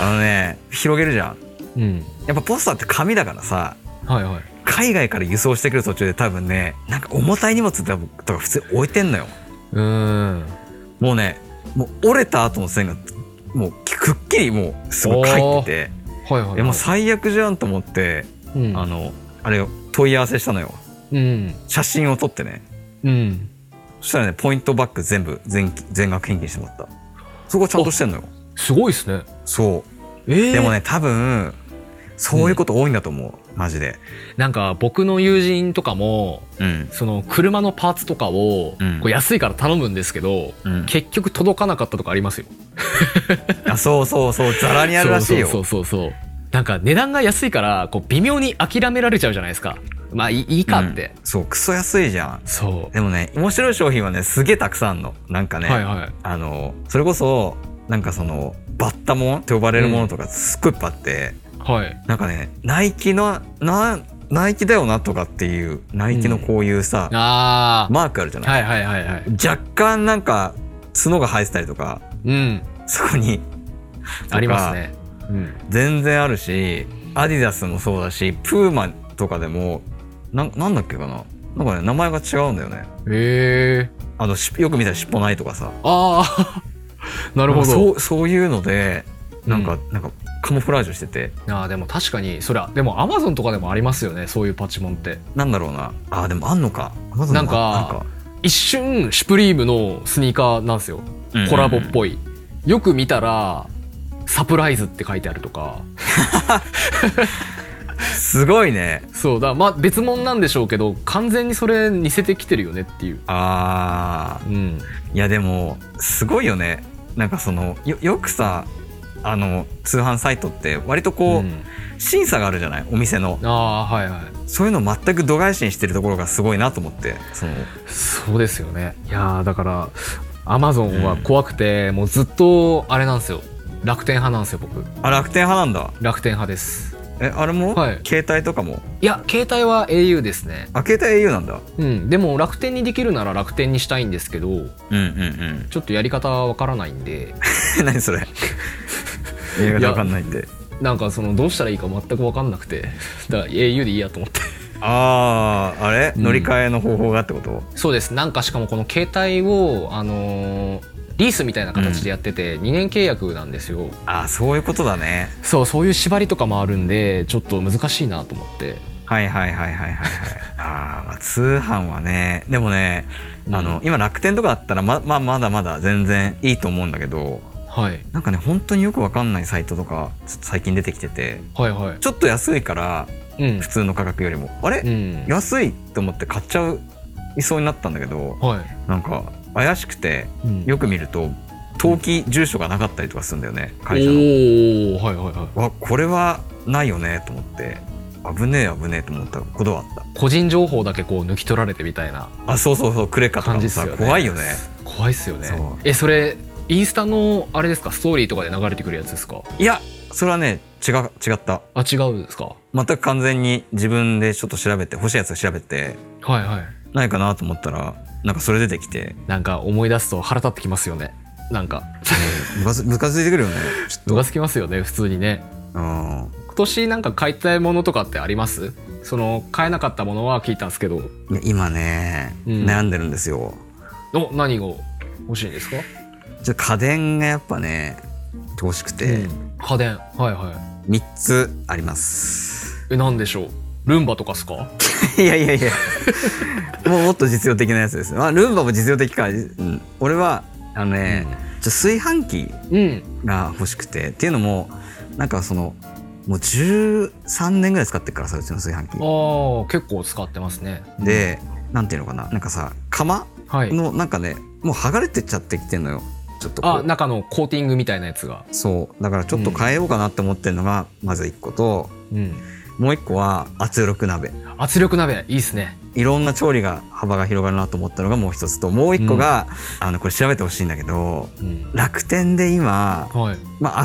あのね、広げるじゃん。
うん。
やっぱポスターって紙だからさ、
はいはい。
海外から輸送してくる途中で多分ね、なんか重たい荷物とか普通に置いてんのよ。
うーん。
もうね、もう折れた後の線が、もうくっきりもうすごい書いて
はいはい、
て、
はい
い。やもう最悪じゃんと思って、
うん、
あの、あれを問い合わせしたのよ。
うん。
写真を撮ってね。
うん。
そしたらね、ポイントバック全部全金全額返金してもらった。そこちゃんとしてんのよ。
すごいっすね。
そ
ええ
う。でもね、多分、そういうこと多いんだと思う。マジで。
なんか僕の友人とかも、
うん。
その車のパーツとかを、
うん
こう安いから頼むんですけど、
うん
結局届かなかったとかありますよ。
あ、そうそうそう、ザラにあるらしいよ。
そうそうそうそうなんか値段が安いからこう微妙に諦められちゃうじゃないですかまあいいいいかって、
うんそう、クソ安いじゃん。
そ
でもね、面白い商品はね、すげえたくさんあんの。なんか
う、
ね、
はいはい
あの、それこそ、なんかその、バッタモンって呼ばれるものとかすっごいいっぱいあって、
はい
なんかね、ナイキの、な、ナイキだよなとかっていう、ナイキのこういうさ、
あ
マークあるじゃ
あ
ない、
はいはいはいはい
若干なんか、角が生えてたりとか、
うん
そこに、
ありますね
全然あるし、アディダスもそうだし、プーマとかでも、なんなんだっけかななんかね、名前が違うんだよね。
へえ
あの、しよく見たら尻尾ないとかさ。
ああ なるほど
そうそういうのでなんか、
う
なんかカモフラージュしてて
ああでも確かにそりゃでもアマゾンとかでもありますよねそういうパチモンって
なんだろうなあーでもあんのか Amazon
なんか一瞬シュプリームのスニーカーなんですよ
なんか
コラボっ
い、
ぽいよく見たらサプライズって書いてあるとか
すごいね
そうだまあ別物なんでしょうけど完全にそれ似せてきてるよねっていう
あ
うん
ーいやでもすごいよねなんかそのよよくさあの通販サイトって割とこう、
ん
審査があるじゃないお店の
ああはいはい
そういうの全く度外視にしてるところがすごいなと思ってその
そうですよねいやーだからアマゾンは怖くて、もうずっとあれなんですよ楽天派なんですよ僕
あ楽天派なんだ
楽天派です
えあれも、
はい
携帯とかも
いや携帯は au ですね
あ携帯 au なんだ
うんでも楽天にできるなら楽天にしたいんですけど
うんうんうん
ちょっとやり方わからないんで
何それ映画でわかんないんで
なんかそのどうしたらいいか全く分かんなくてだから au でいいやと思って
あああれ
うん
乗り換えの方法がってこと、
そうですなんかしかもこの携帯を、あのーリースみたいな形でやってて、2年契約なんですよ
ああそういうことだね
そうそういう縛りとかもあるんでちょっと難しいなと思って
はいはいはいはいはいはいあーまあ通販はね でもねあの、今楽天とかだったらまままだまだ全然いいと思うんだけど
はい
なんかね本当によくわかんないサイトとかちょっと最近出てきてて
はいは
ちょっと安いから
いうん
普、通の価格よりもあれ、
うん、
安いと思って買っちゃういそうになったんだけど
はい、
なんか怪しくて
うん
よく見ると登記住所がなかったりとかするんだよね会社の。
おおはいはいは
わこれはないよねと思って危ねえ危ねえと思ったことはあっ
い個人情報だけこう抜き取られてみたいな
たあそうそうそうクレカとか
感じ
も
っす
さ、
よね
怖いよね
怖いっすよね
そう
えそれインスタのあれですかストーリーとかで流れてくるやつですか
いやそれはね違う違った
あ違うんですか
全く完全に自分でちょっと調べて欲しいやつを調べて
はいはい
ないかなと思ったらなんかそれ出てきて
なんか思い出すと腹立ってきますよねなんか
ムカつムカついてくるよねち
ム
ょっ
カつきますよね普通にね
とうん
今年なんか買いたいものとかってありますその買えなかったものは聞いたんですけど
いや今ね、
うん
悩んでるんですよ
お何が欲しいんですか、
ちょっと家電がやっぱね欲しくて
うん家電はいは
3つあります、
いえ何でしょうルンバとかですか
いやいや いやもうもっと実用的なやつです、まあ、ルンバも実用的か、うん、俺はあのね、ちょ炊飯器
うん
が欲しくてっていうのもなんかそのもう13年ぐらい使ってるからさうちの炊飯器
ああ結構使ってますね
でなんていうのかななんかさ釜
はい
のなんかねもう剥がれてっちゃってきてんのよちょっとこ
あ
う
中のコーティングみたいなやつが
そうだからちょっと変えようかなって思ってるのがまず1個と、
うん
もう1個は圧力鍋
圧力鍋いいっすね
いろんな調理が幅が広がるなと思ったのがもう一つともう一個が、あのこれ調べてほしいんだけど
うん
楽天で今、
はい
まあ、明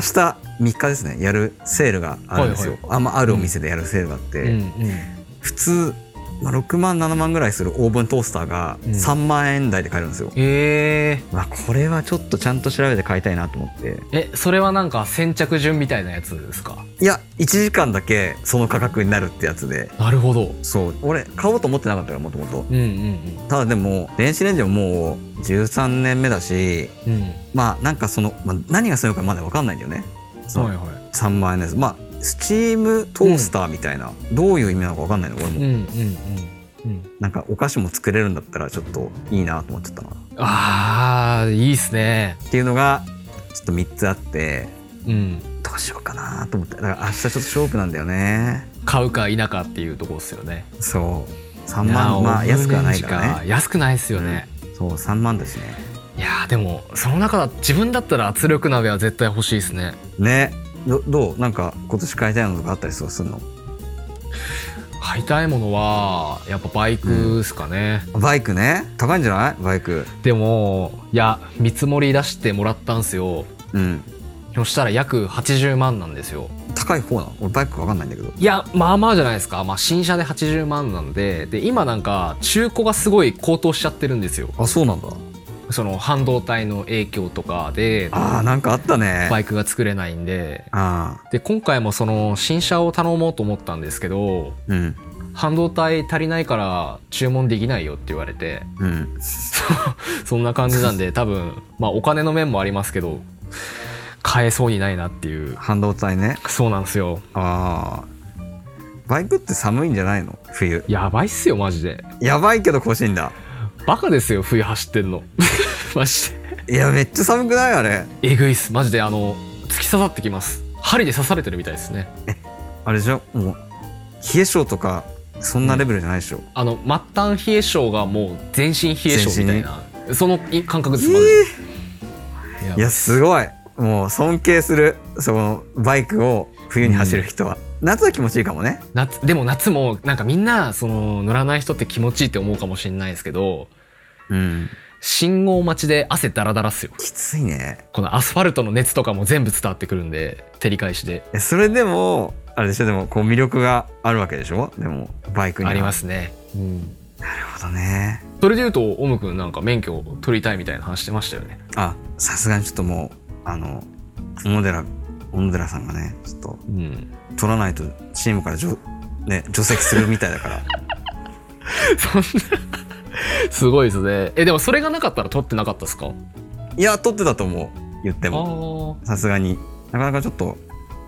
日3日ですねやるセールがあるんですよ、
はい
あんまあるお店でやるセールがあって、
うん
普通、まあ、6万7万ぐらいするオーブントースターが
うん
3万円台で買えるんですよ、
え
まあ、これはちょっとちゃんと調べて買いたいなと思って
ー、えそれはなんか先着順みたいなやつですか
いや1時間だけその価格になるってやつで
なるほど
そう俺買おうと思ってなかったからもともと
うんうん
ただでも電子レンジももう13年目だし
うんうん
まあなんかその、まあ、何がするかまだ分かんないんだよねその
はいは
3万円ですまあスチームトースターみたいな、どういう意味なのか分かんないの俺
い
も、
うんうんうんうん
なんかお菓子も作れるんだったらちょっといいなと思っちゃったなっ
あーいいっすね
ていうのがちょっと3つあって
うん
どうしようかなと思ってだから明日ちょっと勝負なんだよね
買うか否かっていうところですよね
そう3万まあ
いやー
安くはないからね
安くないですよね、
そう3万だしね
いやーでもその中だ自分だったら圧力鍋は絶対欲しいですね
ねどどうなんか今年買いたいのとかあったりそうするの
買いたいものはやっぱバイクですかね、
バイクね高いんじゃないバイク
でもいや見積もり出してもらったんすよ
うん
そしたら約80万なんですよ
高い方なの俺バイク分かんないんだけど
いやまあまあじゃないですか、まあ、新車で80万なんでで今なんか中古がすごい高騰しちゃってるんですよ
あそうなんだ
その半導体の影響とかで
あーなんかあったね
バイクが作れないんで
あ
で今回もその新車を頼もうと思ったんですけど
ーうん
半導体足りないから注文できないよって言われて
うん
そんな感じなんで多分まあお金の面もありますけど買えそうにないなっていう
半導体ね
そうなんですよ
ああバイクって寒いんじゃないの冬
やばいっすよマジで
やばいけど欲しいんだ
バカですよ冬走ってんの マジで
いやめっちゃ寒くないあれ
えぐいっすマジであの突き刺さってきます針で刺されてるみたいですね
あれじゃもう冷え性とかそんなレベルじゃないでしょ、
あの末端冷え性がもう全身冷え性みたいなそのい感覚です
え
マジでい
いやすごいもう尊敬するそのバイクを冬に走る人は、夏は気持ちいいかもね
夏でも夏もなんかみんなその乗らない人って気持ちいいって思うかもしれないですけど
うん
信号待ちで汗ダラダラっすよ
きついね
このアスファルトの熱とかも全部伝わってくるんで照り返しで
えそれでもあれでしょでもこう魅力があるわけでしょでもバイクには
ありますすね、うん、
なるほどね
それでいうとオム君なんか免許を取りたいみたいな話してましたよね
あさすがにちょっともうあの小野寺小野寺さんがねちょっと
うん
取らないとチームから除,、ね、除籍するみたいだから
そんなすごいですねえでもそれがなかったら取ってなかったですか
いや取ってたと思う言って
あ
も
ー
さすがになかなかちょっと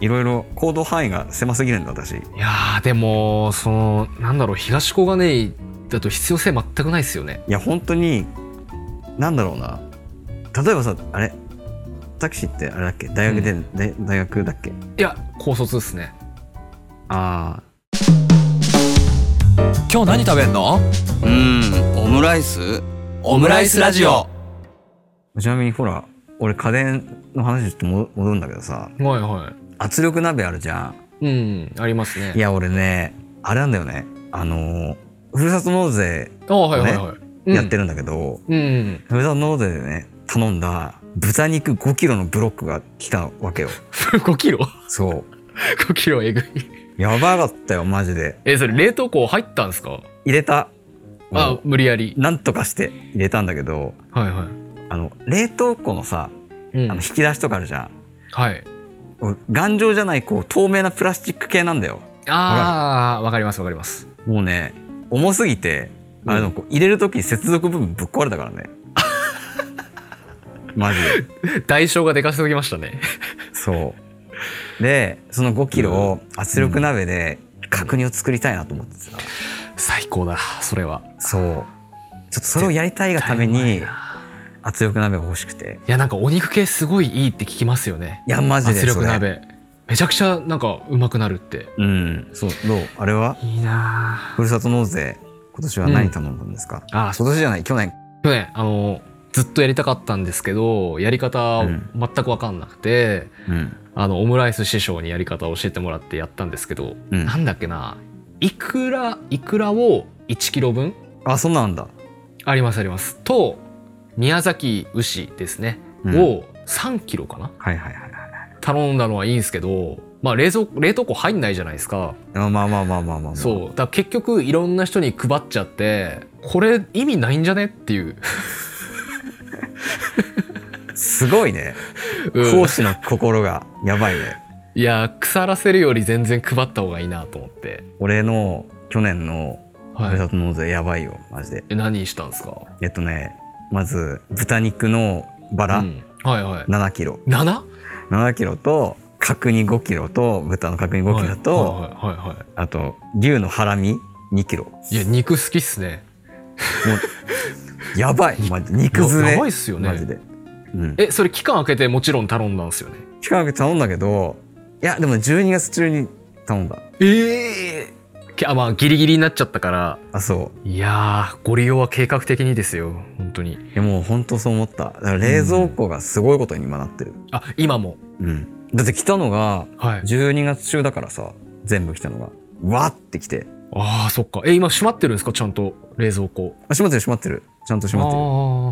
いろいろ行動範囲が狭すぎるんだ私
いやーでもそのなんだろう東小金井だと必要性全くないですよね
いや本当になんだろうな例えばさあれタクシーってあれだっけ大学で、で大学だっけ
いや高卒ですね
ああ
今日何食べんの
うーんオムライスオムライスラジオ
ちなみにほら俺家電の話ちょっとも戻るんだけどさ
はいは
圧力鍋あるじゃん
いうんありますね
いや俺ねあれなんだよねあのーふるさと納税
あはいはいはい、うん
やってるんだけど、
うん
ふるさと納税でね頼んだ豚肉5キロのブロックが来たわけよ
5キロ
そう
5キロえぐい
やばかったよマジで
えそれ冷凍庫入ったんですか
入れた
あ無理やり
なんとかして入れたんだけど
はいは
あの冷凍庫のさ
い、う
あ
ん
の、引き出しとかあるじゃん、
はい
俺頑丈じゃないこう透明なプラスチック系なんだよ
ああわかりますわかります
もうね重すぎてあれのこう入れる時接続部分ぶっ壊れたか らねマジで
代償がでかすぎましたね
そうでその5キロを圧力鍋で角煮を作りたいなと思ってさ、
最高だそれは
そうちょっとそれをやりたいがため
絶対う
に
まいない
圧力鍋が欲しくて
やなんかお肉系すごいいいって聞きますよね
いやマジでそ
圧
れ
力鍋めちゃくちゃなんかうまくなるって
うんそうどうあれはい
いな
ふるさと納税今年は
う
何
ん
頼んだんですか、
あ
今年じゃない去年
去年あのずっとやりたかったんですけどやり方
うん
全く分かんなくて、
うん
あのオムライス師匠にやり方を教えてもらってやったんですけど、
うん
なんだっけないくらいくらを1キロ分
あ、そんなんだ。
ありますありますと宮崎牛ですね、
うん
を3キロかな
はいはいはいはい。
頼んだのはいいんですけど、まあ、冷蔵冷凍庫入んないじゃないですか
あまあまあまあまあまあ、まあ。
そうだから結局いろんな人に配っちゃってこれ意味ないんじゃねっていう、
すごいね。
うん
講師の心がやばいね。
いや腐らせるより全然配った方がいいなと思って、
俺の去年の
は
ふる
い
さ、と納税やばいよ、マジで。
え何したんですか
えっとね、まず豚肉のバラ
うんはいはい
7キロ、
7?
7キロと角煮5キロと豚の角煮5キロと、
はいはいはいは
あと牛のハラミ2キロ。も
いいや肉好きっすね
うやばい、マジで肉詰め。
ややばいっすよね
マジで。うん。
えそれ期間空けてもちろん頼んだんですよね
期間空けて頼んだけど、いやでも12月中に頼んだ。
ええあまあギリギリになっちゃったから
あそう。
いやーご利用は計画的にですよ本当に
いやもう本当そう思っただから冷蔵庫がすごいことに今なってる、
あ今も
うん、だって来たのが
はい
12月中だからさ全部来たのがわーって来て
ああそっかえ今閉まってるんですかちゃんと冷蔵庫
あ閉まってる閉まってるちゃんと閉まっ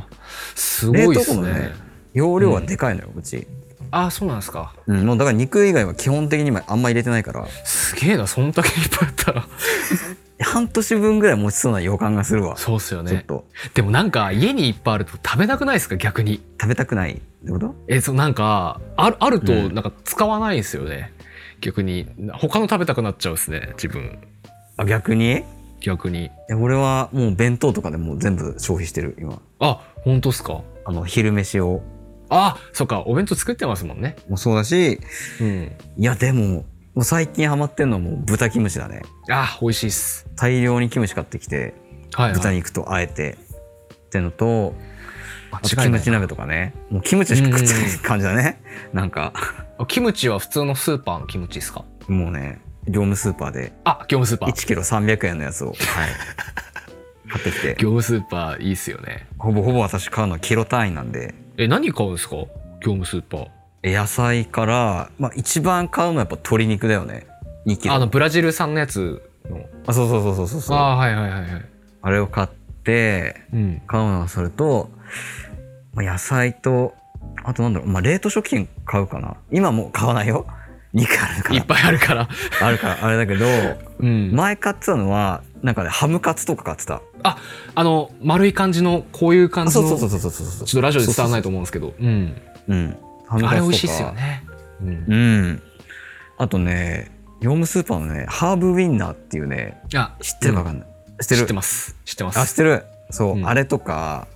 て
ああすごいっす
冷凍庫の
ね
ねる容量はでかいのよ、うち、
ああそうなんですか
うん、もうだから肉以外は基本的に今あんま入れてないから
すげえなそんだけいっぱいあったら
半年分ぐらい持ちそうな予感がするわ
そうっすよ
ちょっ
ね
と
でもなんか家にいっぱいあると食べなくないですか逆に
食べたくないってこと
えそうなんかあるあると
うん
なんか使わないんですよね、逆に他の食べたくなっちゃうですね自分
あ逆にい
逆に
や俺はもう弁当とかでもう全部消費してる今
あ本当っすか
あの昼飯を
あそっかお弁当作ってますもんね
もそうだし
うん
いやでももう最近ハマってんのはもう豚キムチだね
あ美味しいっす
大量にキムチ買ってきて
はい、
豚
はい、
肉とあえてってのとあ
間違
とキ
いな
ム
い
チ鍋とかねもうキムチしか食ってない感じだねなんか
あキムチは普通のスーパーのキムチですか
もうね業務スーパーで
あ業務スーパー
1キロ300円のやつを、はい、買ってきて
業務スーパーいいっすよね
ほぼほぼ私買うのはキロ単位なんで
え何買うんですか業務スーパー
野菜から、まあ、一番買うのはやっぱ鶏肉だよね2キロ
あ
あ
のブラジル産のやつの
そうそうそうそうそうそうあ
あーはいはいはいはい
れを買って
うん
買うのはそれと、まあ、野菜とあとなんだろう、まあ、冷凍食品買うかな今もう買わないよ肉あるか
い
ら
っぱいある から
あるからあれだけど
うん、
前買ってたのはなんかねハムカツとか買ってた
ああの丸い感じのこういう感
あ
じ
そう
の
そうそう
ちょ
そうそうそう
っとラジオで伝わらないと思
思
うんですけどうん
う、うん、ハムカツとか
あれ美味しいっすよねうん
うんあとね業務スーパーのねハーブウィンナーっていうね
あ
知ってるか分かんない、知ってる
知ってます知ってま
あ知っ
す
てるそう、
うん
あれとか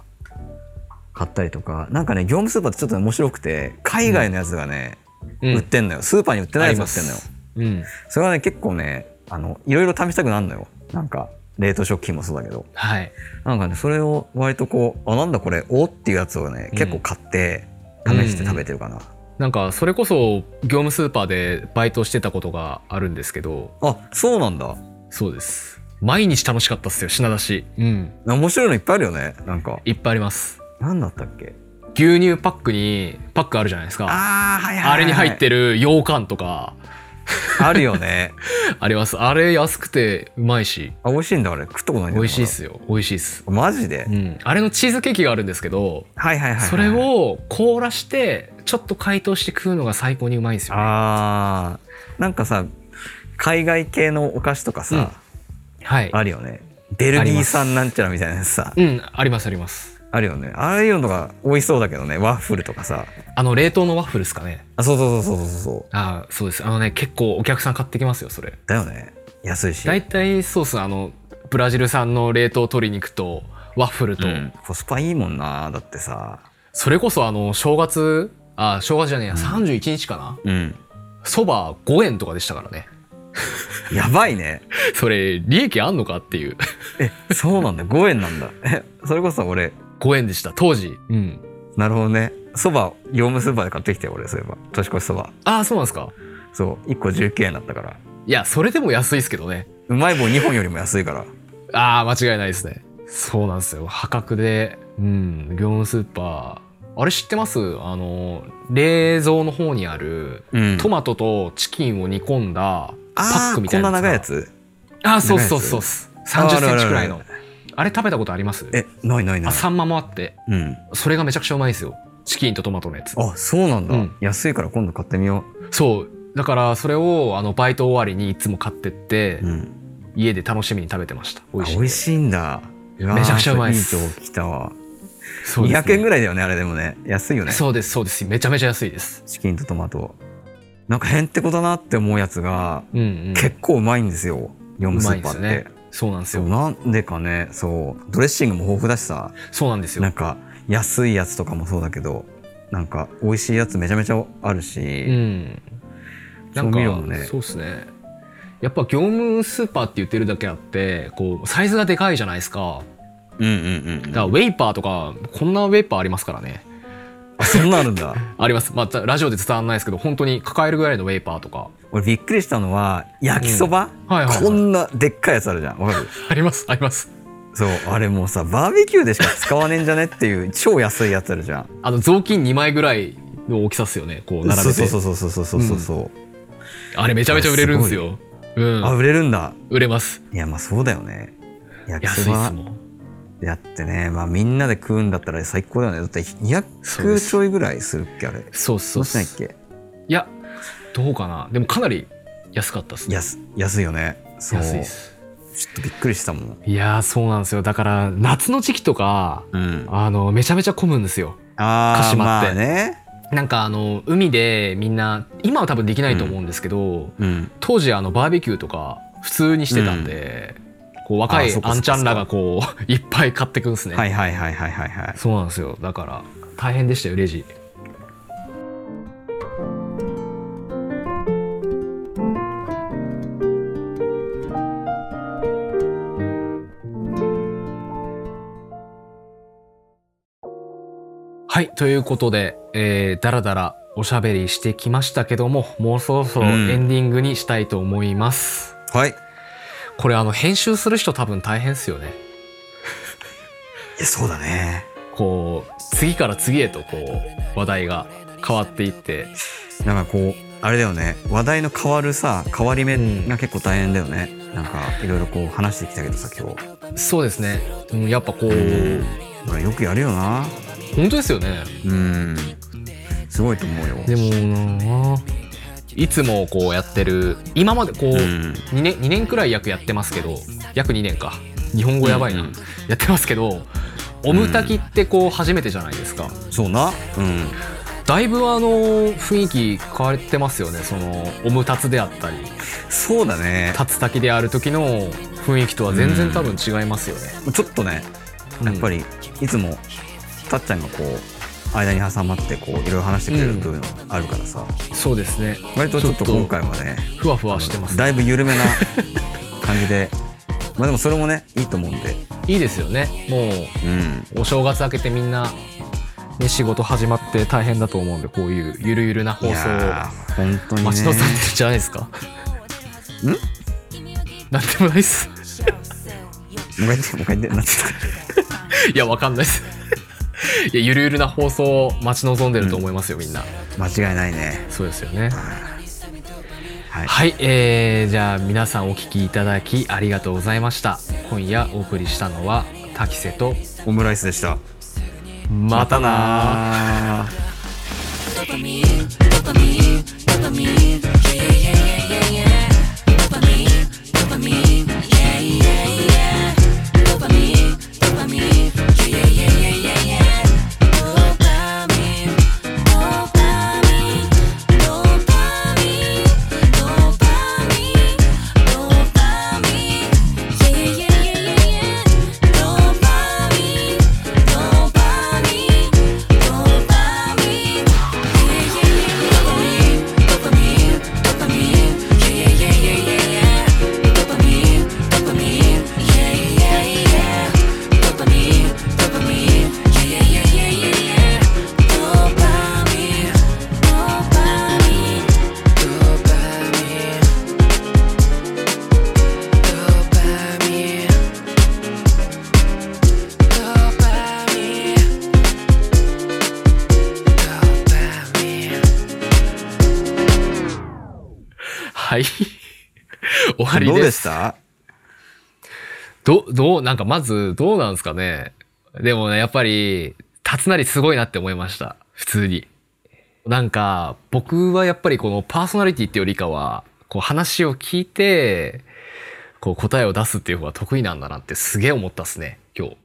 買ったりとかなんかね業務スーパーってちょっとね面白くて海外のやつがね、
うん
売ってんのよスーパーに売ってないやつ売ってんのよ
うん
それはね結構ねあのいろいろ試したくなるのよなんか冷凍食品もそうだけど
はい
なんかねそれを割とこうあなんだこれおっていうやつをね
うん
結構買って試して食べてるかな、
なんかそれこそ業務スーパーでバイトしてたことがあるんですけど
あそうなんだ
そうです毎日楽しかったっすよ品出しうん
面白いのいっぱいあるよねなんか
いっぱいあります
何だったっけ
牛乳パックにパックあるじゃないですかあ
あーはいはいはい、
れに入って
る
る羊羹とか
あるよね
ありますあれ安くてうまいし
あ美味しいんだあれ食ったことないんだ
美味しいっすよ美味しいっす
まだマジで、
うんあれのチーズケーキがあるんですけど
はいはいはいはい
それを凍らしてちょっと解凍して食うのが最高にうまいんですよね
あーなんかさ海外系のお菓子とかさ、
はい
あるよねベルギー産なんちゃらみたいなやつさ
うんありますあります
あるよねああいうのが美味しそうだけどねワッフルとかさ
あの冷凍のワッフルですかね
あそうそうそうそうそうそう
ああそうですあのね結構お客さん買ってきますよそれ
だよね安いし
大体そうっすねあのブラジル産の冷凍鶏肉とワッフルと、
うんコスパいいもんなだってさ
それこそあの正月あ正月じゃねえや31日かな
うん
そば5円とかでしたからね
やばいね
それ利益あんのかっていう
えそうなんだ5円なんだえそれこそ俺
5円でした当時うん
なるほどねそば業務スーパーで買ってきて俺そういえば年越しそば
ああそうなんですか
そう1個19円だったから
いやそれでも安いですけどね
うまい棒2本よりも安いから
ああ間違いないですねそうなんですよ破格でうん業務スーパーあれ知ってますあの冷蔵の方にある
うん
トマトとチキンを煮込んだパ
あ
ッ
あ
クみたいな
こんな長いや
が
つ
あーそうそうそうっす3 0センチくらい
あ
の
る
あれ食べたことあります
えないないな
あ
い
サンマもあって
うん
それがめちゃくちゃうまいんですよチキンとトマトのやつ
あそうなんだ、
うん
安いから今度買ってみよ
そうだからそれをあのバイト終わりにいつも買ってって、
う、うん、
家で楽しみに食べてました美
あ
味しい
美味しいんだうわー
めちゃくちゃうまいっす
いいとこ来たわ
そうですね
200円ぐらいだよねあれでもね安いよね
そうですそうですめちゃめちゃ安いです
チキンとトマトなんかへんてこだなって思うやつが
うんうん
結構うまいんですよ、業
う
務ス
まいで
ーパーっ
す
て、
よねそうなんです
そう
よ
なんでかねそうドレッシングも豊富だしさ
そうなんです
なん
よ
か安いやつとかもそうだけどなんか美味しいやつめちゃめちゃある
う
し、
んなん
調
か
味料もね
そうですねやっぱ業務スーパーって言ってるだけあってこうサイズがでかいじゃないですか
うん、うんうんうん
だからウェイパーとかこんなウェイパーありますからね
あそんなのあるんだ
ありますまあラジオで伝わんないですけど本当に抱えるぐらいのウェイパーとか
俺びっくりしたのは焼きそば、
うんはいはいはい
こんなでっかいやつあるじゃんわかる
ありますあります
そうあれもうさバーベキューでしか使わねえんじゃねっていう超安いやつある じゃん
あの雑巾2枚ぐらいの大きさっすよねこう並べて
そうそうそうそうそうそうそうそう、
あれめちゃめちゃ売れるんですようん
あ売れるんだ
売れます
いやまあそうだよね焼き
安いっ
そば
すもん
やってねまあみんなで食うんだったら最高だよねだって
そうで
200
す
ちょいぐらいするっけあれ
そうそ
ど
う
う
っ
し
す
ないっけ
いやどうかなでもかなり安かったっすね
安安いよねそう
安いっす
ちょっとびっくりしたもん、
いやーそうなんですよだから夏の時期とか
うん、
あのめちゃめちゃ混むんですよ
あ
鹿
ー
島って
まあね、
なんかあの海でみんな今は多分できないと思うんですけど、
うん、
当時あのバーベキューとか普通にしてたんで、こう若
あ
い
そっか
あんちゃんらがこう いっぱい買ってくんすね、
はいはいはいはいはいはい
そうなんですよだから大変でしたよレジはいということで、えー、だらだらおしゃべりしてきましたけどももうそろそろ
うん
エンディングにしたいと思います、
はいい
これあの編集する人多分大変ですよね
やそうだね
こう次から次へとこう話題が変わっていって
なんかこうあれだよね話題の変わるさ変わり目
うん
が結構大変だよね、なんかいろいろこう話してきたけどさ今日
そうですね、うん、やっぱこう、
まあよくやるよな
本当ですよね
うんすごいと思うよ
でもなあいつもこうやってる今までこう、
うん
2年2年くらい約やってますけど約2年か日本語やばいな、
うんうん
やってますけどオムタキってこう初めてじゃないですか、
そうなうん
だいぶあの雰囲気変わってますよねそのオムタツであったり
そうだね
タツタキである時の雰囲気とは全然多分違いますよね、
ちょっとね
うん
やっぱりいつもたっちゃんがこう間に挟まってこういろいろ話してくれる部分あるからさ、
そうですね
割とちょっと今回はね
ふわふわしてます、
だいぶ緩めな感じで まあでもそれもねいいと思うんで
いいですよねも
うん
うお正月明けてみんな、ね、仕事始まって大変だと思うんでこういうゆるゆるな放
い
送
やー本当にね
待ち望んでるんじゃないですかんなんでもないっす
もう一回言ってもう一回言ってなんて言った
いやわかんないっす いやゆるゆるな放送を待ち望んでると思いますよ、みんな
間違いないね
そうですよね
はい
はい、えーじゃあ皆さんお聞きいただきありがとうございました今夜お送りしたのは滝瀬と
オムライスでした
またなー
あー
はい終わり
どう
で
です した
ど、どう、なんかまず、どうなんですかね。でもね、やっぱり、立成すごいなって思いました。普通に。なんか、僕はやっぱりこのパーソナリティってよりかは、こう話を聞いて、こう答えを出すっていう方が得意なんだなってすげえ思ったっすね、今日。